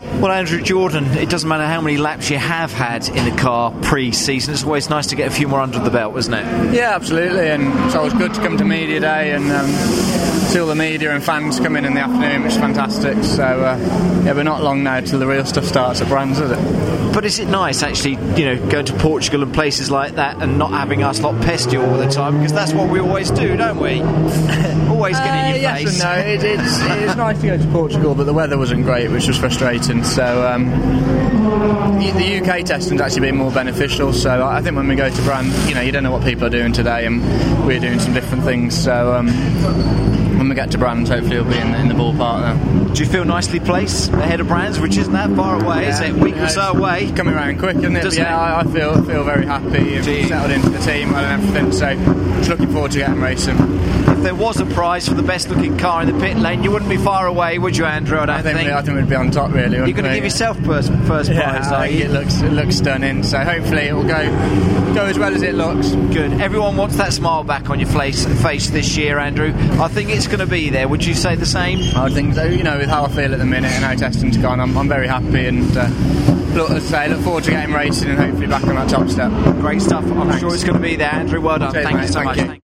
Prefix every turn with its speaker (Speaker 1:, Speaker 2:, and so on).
Speaker 1: Well, Andrew Jordan, it doesn't matter how many laps you have had in the car pre season, it's always nice to get a few more under the belt, isn't it?
Speaker 2: Yeah, absolutely. And so it was good to come to media day and um, see all the media and fans come in in the afternoon, which is fantastic. So, uh, yeah, we're not long now till the real stuff starts at Brands, is it?
Speaker 1: But is it nice actually, you know, going to Portugal and places like that and not having us lot pest you all the time? Because that's what we always do, don't we? always get in your
Speaker 2: uh, yes
Speaker 1: face.
Speaker 2: no, it, it's, it's nice to go to Portugal, but the weather wasn't great, which was frustrating. So um, the UK testing's actually been more beneficial. So I think when we go to brand, you know, you don't know what people are doing today, and we're doing some different things. So um, when we get to Brands, hopefully we'll be in, in the ballpark now.
Speaker 1: Do you feel nicely placed ahead of Brands, which isn't that far away? Yeah, is it? Week or so away.
Speaker 2: Coming around quick, isn't it?
Speaker 1: Doesn't
Speaker 2: yeah, I, I, feel feel very happy and Gee. settled into the team and everything. So just looking forward to getting racing.
Speaker 1: If there was a prize for the best looking car in the pit lane, you wouldn't be far away, would you, Andrew? I,
Speaker 2: I think,
Speaker 1: think.
Speaker 2: We, I think we'd be on top, really.
Speaker 1: You're going
Speaker 2: to
Speaker 1: give yourself first, first
Speaker 2: yeah,
Speaker 1: prize, are you?
Speaker 2: It looks it looks stunning. So hopefully it will go go as well as it looks.
Speaker 1: Good. Everyone wants that smile back on your face face this year, Andrew. I think it's going to be there. Would you say the same?
Speaker 2: I think so. You know, with how I feel at the minute and how testing's gone, I'm, I'm very happy and. Uh, look, as I say, look forward to getting racing and hopefully back on that top step.
Speaker 1: Great stuff. I'm Thanks. sure it's going to be there, Andrew. Well done. Cheers, Thank mate. you so Thank much. You.